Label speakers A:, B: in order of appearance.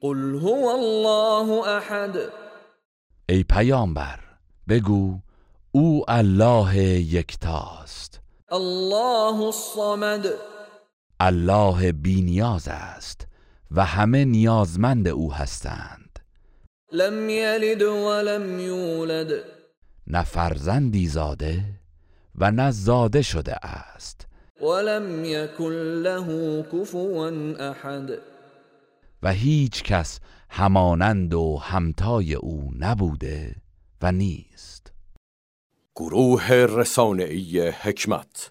A: قل هو الله أحد
B: ای پیامبر بگو او الله یکتاست
A: الله الصمد
B: الله بینیاز است و همه نیازمند او هستند
A: لم يلد ولم يولد
B: نه فرزندی زاده و نه زاده شده است
A: ولم يكن له كفوا أحد
B: و هیچ کس همانند و همتای او نبوده و نیست
C: گروه رسانه‌ای حکمت